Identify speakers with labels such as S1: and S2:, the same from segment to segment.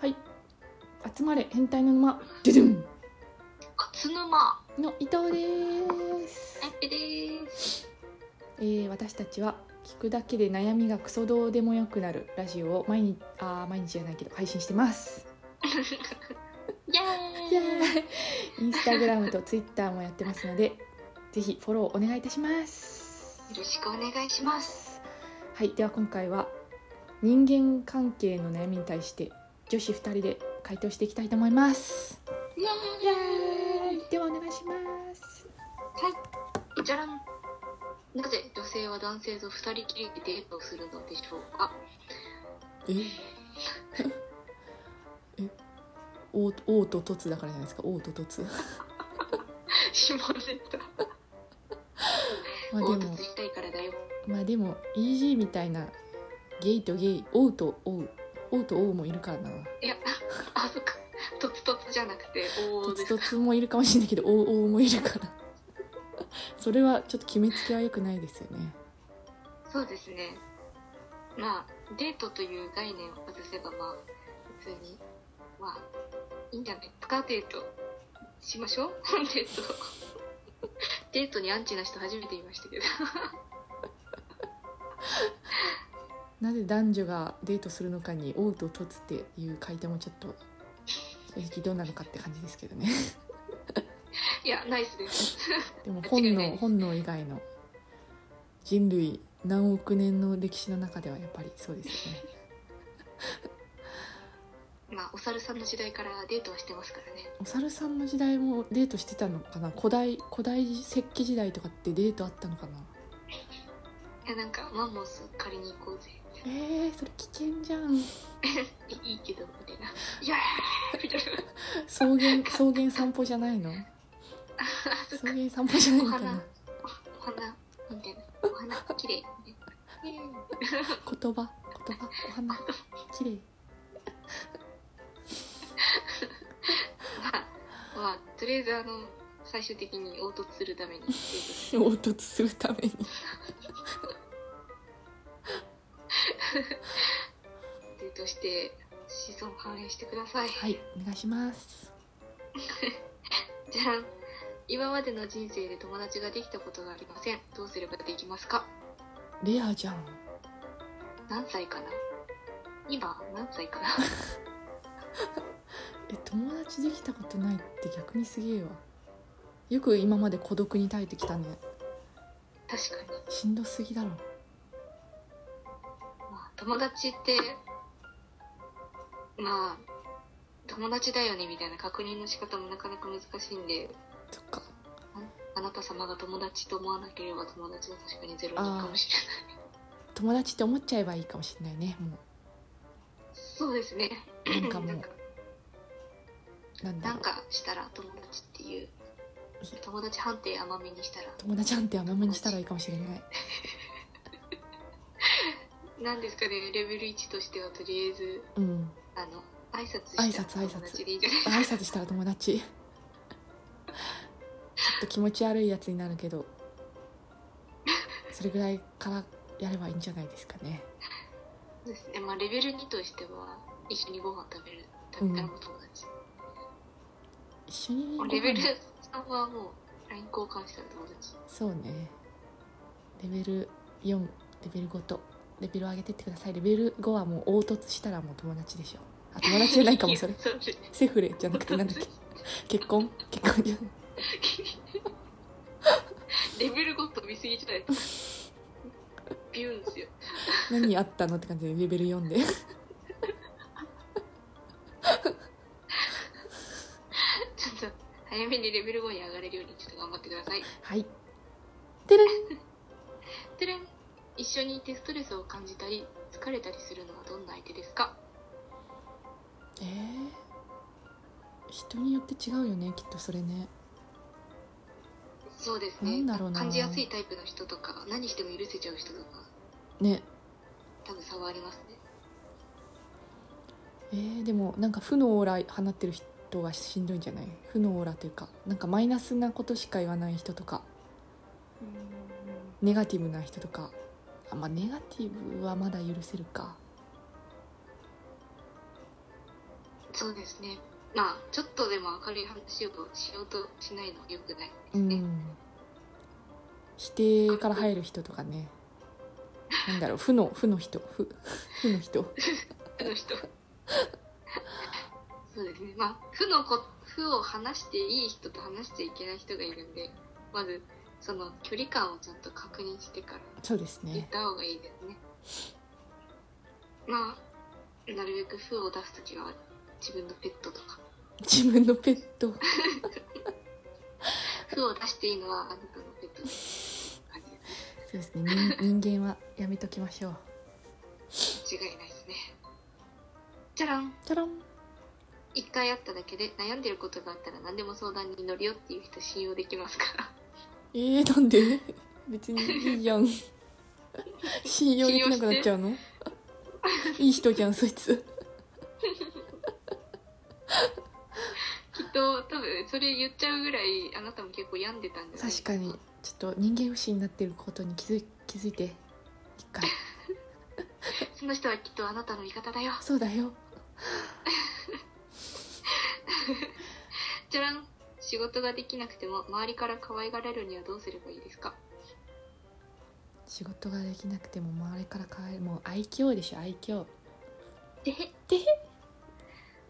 S1: はい集まれ変態の沼ドゥドゥン
S2: かつぬま
S1: の伊藤です
S2: タイプです
S1: えー私たちは聞くだけで悩みがクソどうでもよくなるラジオを毎日あー毎日じゃないけど配信してます
S2: イ
S1: イ
S2: エ
S1: エ
S2: ーイ
S1: ーイインスタグラムとツイッターもやってますのでぜひフォローお願いいたします
S2: よろしくお願いします
S1: はいでは今回は人間関係の悩みに対して女子2人で回答していきたいと思います
S2: イエ
S1: イエ
S2: ーイ
S1: ーイではお願いします
S2: じゃらんなぜ女性は男性と二人きりでデートをするのでしょうか
S1: 王王と凸だからじゃないですか王と凸
S2: 下ネタ
S1: まあ
S2: 凹
S1: でも
S2: 凸したいからだよ
S1: まあでも EG みたいなゲイとゲイ王と王王と王もいるからない
S2: やあそっかとつとつじゃなくておおで
S1: 凸
S2: す
S1: 凸もいるかもしれない けど王王もいるから それはちょっと決めつけは良くないですよね
S2: そうですねまあデートという概念を外せばまあ普通にまあいいんじゃないですかデートしましょう デートデートにアンチな人初めて言いましたけど
S1: なぜ男女がデートするのかに「王と凸」っていう回答もちょっと正直どうなのかって感じですけどね
S2: いやナイスです
S1: でも
S2: 間違
S1: 本
S2: いない
S1: 能本能以外の人類何億年の歴史の中ではやっぱりそうですよ ね
S2: まあお猿さんの時代からデートはしてますからね
S1: お猿さんの時代もデートしてたのかな古代古代石器時代とかってデートあったのかない
S2: やなんかマンモス借りに行こうぜ
S1: えー、それ危険じゃん
S2: いいいけどみたいな「イエーイ!」みたいな
S1: 草 原草原散歩じゃないの草原散歩じゃないのかな
S2: お花みたいなお花綺麗みたいなイエーイ
S1: 言葉言葉お花綺 麗
S2: まあ、 まあ、とりあえずあの最終的に凹凸するためにデートす
S1: 凹凸するために
S2: るデートして子孫繁栄してください、
S1: はいお願いします
S2: じゃん今までの人生で友達ができたことがありませんどうすればできますか
S1: レアじゃん
S2: 何歳かな今何歳かな
S1: え友達できたことないって逆にすげえわよく今まで孤独に耐えてきたね
S2: 確かに
S1: しんどすぎだろ
S2: まあ、友達ってまあ友達だよねみたいな確認の仕方もなかなか難しいんで
S1: そっか
S2: あなた様が友達と思わなければ友達は確かにゼロ人かもしれない
S1: 友達って思っちゃえばいいかもしれないねも
S2: そうですね
S1: うなんかも
S2: な
S1: うん
S2: か
S1: なんだ
S2: な
S1: ろ
S2: ん
S1: う
S2: かしたら友達っていう友達判定甘めにしたら
S1: 友達なんて甘めにしたらいいかもしれない
S2: 何ですかねレベル1としてはとりあえず
S1: うん
S2: あの挨拶したら
S1: 挨拶挨拶
S2: 友達でいいんじゃない
S1: 挨拶したら友達ちょっと気持ち悪いやつになるけどそれぐらいからやればいいんじゃないですかね
S2: そうですねまあレベル2としては一緒にご飯食べる食べたらもう友達、
S1: 一緒にご飯
S2: レベル3はもう LINE 交換したら友達
S1: そうねレベル4レベル5とレベル上げてってくださいレベル5はもう凹凸したらもう友達でしょあ友達じゃないかも それ
S2: そうです
S1: セフレじゃなくてなんだっけ結婚結婚じゃない
S2: レベル5と見過ぎじゃないですかビューンですよ
S1: 何あったのって感じでレベル4で
S2: ちょっと早めにレベル5に上がれるようにちょっと頑張ってください
S1: はいてれん
S2: てれん一緒にいてストレスを感じたり疲れたりするのはどんな相手ですか
S1: えー、人によって違うよねきっとそれね
S2: そうです
S1: な
S2: ね
S1: んだろうな
S2: 感じやすいタイプの人とか何しても許せちゃう人とか
S1: ね
S2: 多分差はありますね
S1: えー、でもなんか負のオーラ放ってる人はしんどいんじゃない負のオーラというかなんかマイナスなことしか言わない人とかネガティブな人とかあまあネガティブはまだ許せるか
S2: そうですねまあちょっとでも明るい話をしようとしないのは良くないで
S1: う
S2: すね、
S1: ん否定から入る人とかねなんだろう負の負の人負負の人
S2: 負の人 そうですねまあ負のこ負を話していい人と話しちゃいけない人がいるんでまずその距離感をちゃんと確認してから
S1: そうです
S2: 言 っ
S1: ね
S2: た方がいいですねまあなるべく負を出すときは自分のペットとか
S1: 自分のペット
S2: 負を出していいのはあなたのペットです感じ
S1: そうですね人人間はやめときましょう
S2: 間違いないですねじゃらん
S1: チャラン
S2: 一回会っただけで悩んでることがあったら何でも相談に乗るよっていう人信用できますから
S1: えー、なんで 別にいいや ん信用できなくなっちゃうのいい人じゃんそいつ
S2: きっと多分それ言っちゃうぐらいあなたも結構病んでたんじゃないです
S1: 確かにちょっと人間不信になってることに気づい気づいて一回
S2: その人はきっとあなたの味方だよ
S1: そうだよ
S2: じゃらん仕事ができなくても周りから可愛がられるにはどうすればいいですか
S1: 仕事ができなくても周りから変えるもう愛嬌でしょ愛嬌
S2: でへ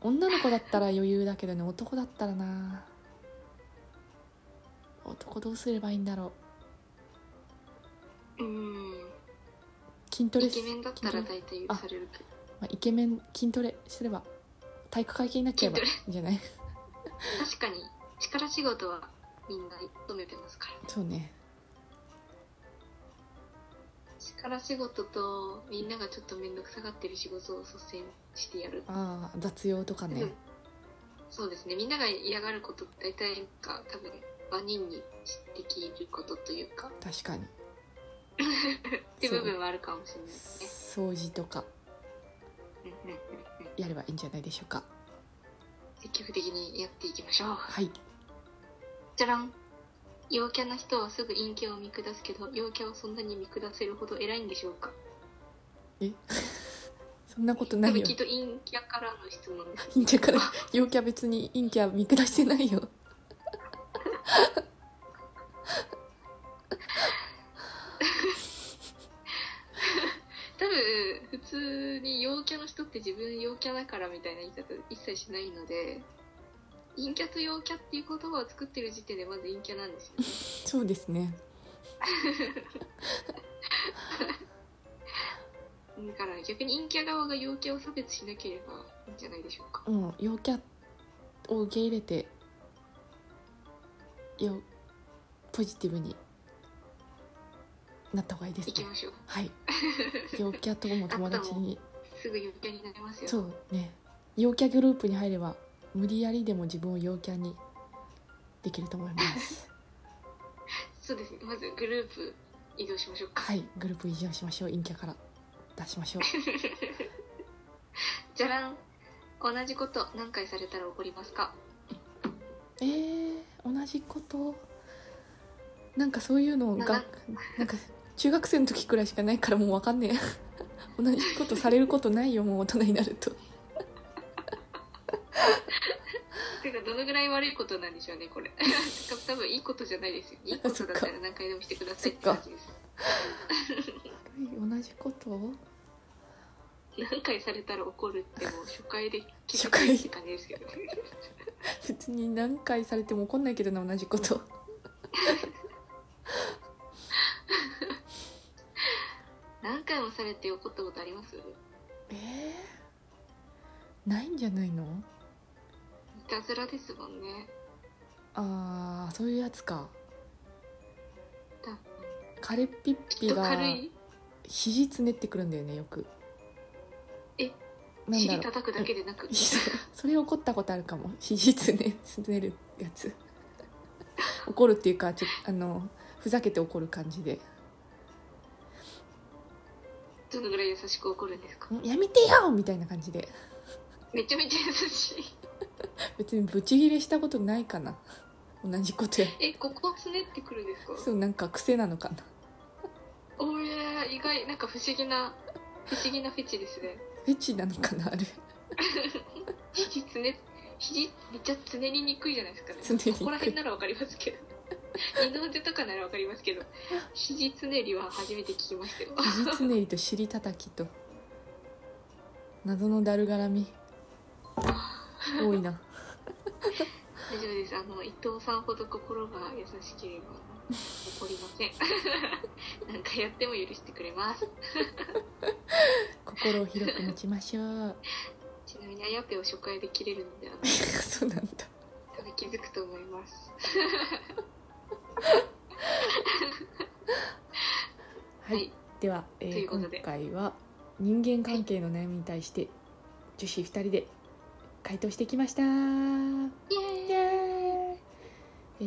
S1: 女の子だったら余裕だけどね男だったらな男どうすればいいんだろ
S2: うーん
S1: う筋トレ
S2: イケメンだったら
S1: 筋トレ
S2: 大体許されるけど
S1: まあ、イケメン筋トレすれば体育会系になっちゃえばい
S2: 筋
S1: いんじゃない
S2: 確かに力仕事はみんな求めてますから
S1: そうね
S2: 力仕事とみんながちょっと面倒くさがってる仕事を率先してやる
S1: ああ雑用とかね、
S2: うんそうですねみんなが嫌がることって大体が多分万人にできることというかっ
S1: 確かに
S2: て部分はあるかもしれないですね
S1: 掃除とか
S2: うんうんうんうん
S1: やればいいんじゃないでしょうか
S2: 積極的にやっていきましょう
S1: はい
S2: じゃらん陽キャな人はすぐ陰キャを見下すけど陽キャはそんなに見下せるほど偉いんでしょうか
S1: えそんなことな
S2: 多
S1: い
S2: 分
S1: よ
S2: きっと陰キャからの質問です
S1: 陰キャから陽キャ別に陰キャ見下してないよ
S2: 多分普通に陽キャの人って自分陽キャだからみたいな言い方一切しないので陰キャと陽キャっていう言葉を作ってる時点でまず陰キャなんですよね
S1: そうですね
S2: だから逆に陰キャ側が陽キャを差別しなければいいんじゃないでしょうか
S1: うん陽キャを受け入れてよポジティブになった方がいいです
S2: 行き
S1: ね
S2: ましょう
S1: はい陽キャとも友達に
S2: すぐ陽キャになりますよ
S1: そうね陽キャグループに入れば無理やりでも自分を陽キャにできると思います
S2: そうですねまずグループ移動しましょうか
S1: はいグループ移動しましょう陰キャから出しましょう
S2: じゃらん同じこと何回されたら怒りますか
S1: えー、同じことなんかそういうの
S2: な
S1: がなんか中学生の時くらいしかないからもう分かんねえ 同じことされることないよもう大人になると
S2: てかどのぐらい悪いことなんでしょうね これ多分いいことじゃないですよいいことだったら何回でもしてくださいって感じです
S1: 同じこと
S2: 何回されたら怒るってもう初回で
S1: 初回
S2: って感じですけ どね
S1: 別に何回されても怒んないけどな同じこと
S2: 何回もされて怒ったことあります
S1: えー、ないんじゃないの
S2: いたずらですもんね
S1: あーそういうやつか
S2: 多分
S1: カレピッ
S2: き
S1: ピ
S2: っと
S1: が
S2: 軽い
S1: 肘つねってくるんだよねよく
S2: え
S1: なんだ
S2: 尻
S1: ろう
S2: 叩くだけでなく
S1: それ怒ったことあるかも肘つねつねるやつ 怒るっていうかちょあのふざけて怒る感じで
S2: どのぐらい優しく怒るんですか
S1: 「んやめてよ!」みたいな感じで
S2: めちゃめちゃ優しい
S1: 別にブチギレしたことないかな同じことや
S2: えここつねってくるんですか
S1: そうなんか癖なのかな
S2: おや意外なんか不思議な不思議なフェチですね
S1: フェチなのかなあれ
S2: 肘つねね肘めっちゃつねりにくいじゃないですかね
S1: つねりにくい
S2: ここら辺ならわかりますけど 二の腕とかならわかりますけど肘つねりは初めて聞きましたよ
S1: 肘つねりと尻たたきと謎のだるがらみ多いな
S2: 大丈夫ですあの伊藤さんほど心が優しければ怒りませんなん かやっても許してくれます
S1: 心を広く持ちましょう
S2: ちなみにあやぺを初回で切れるのであ の
S1: そうなんだ
S2: 多分気づくと思います
S1: はい、
S2: はい
S1: では、えー
S2: ということ
S1: 今
S2: で
S1: 回は人間関係の悩みに対して女子2人で回答してきましたイ
S2: イエーイ
S1: エーイえ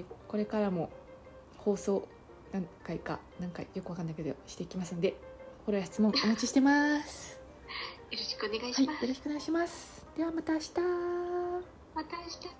S1: ーこれからも放送何回か何回よくわかんないけどしていきますんでフォローや質問お待ちしてます。
S2: よろしくお願い
S1: はい、
S2: し
S1: よ
S2: ます、
S1: ろしくお願いします。ではまた明日。
S2: また明日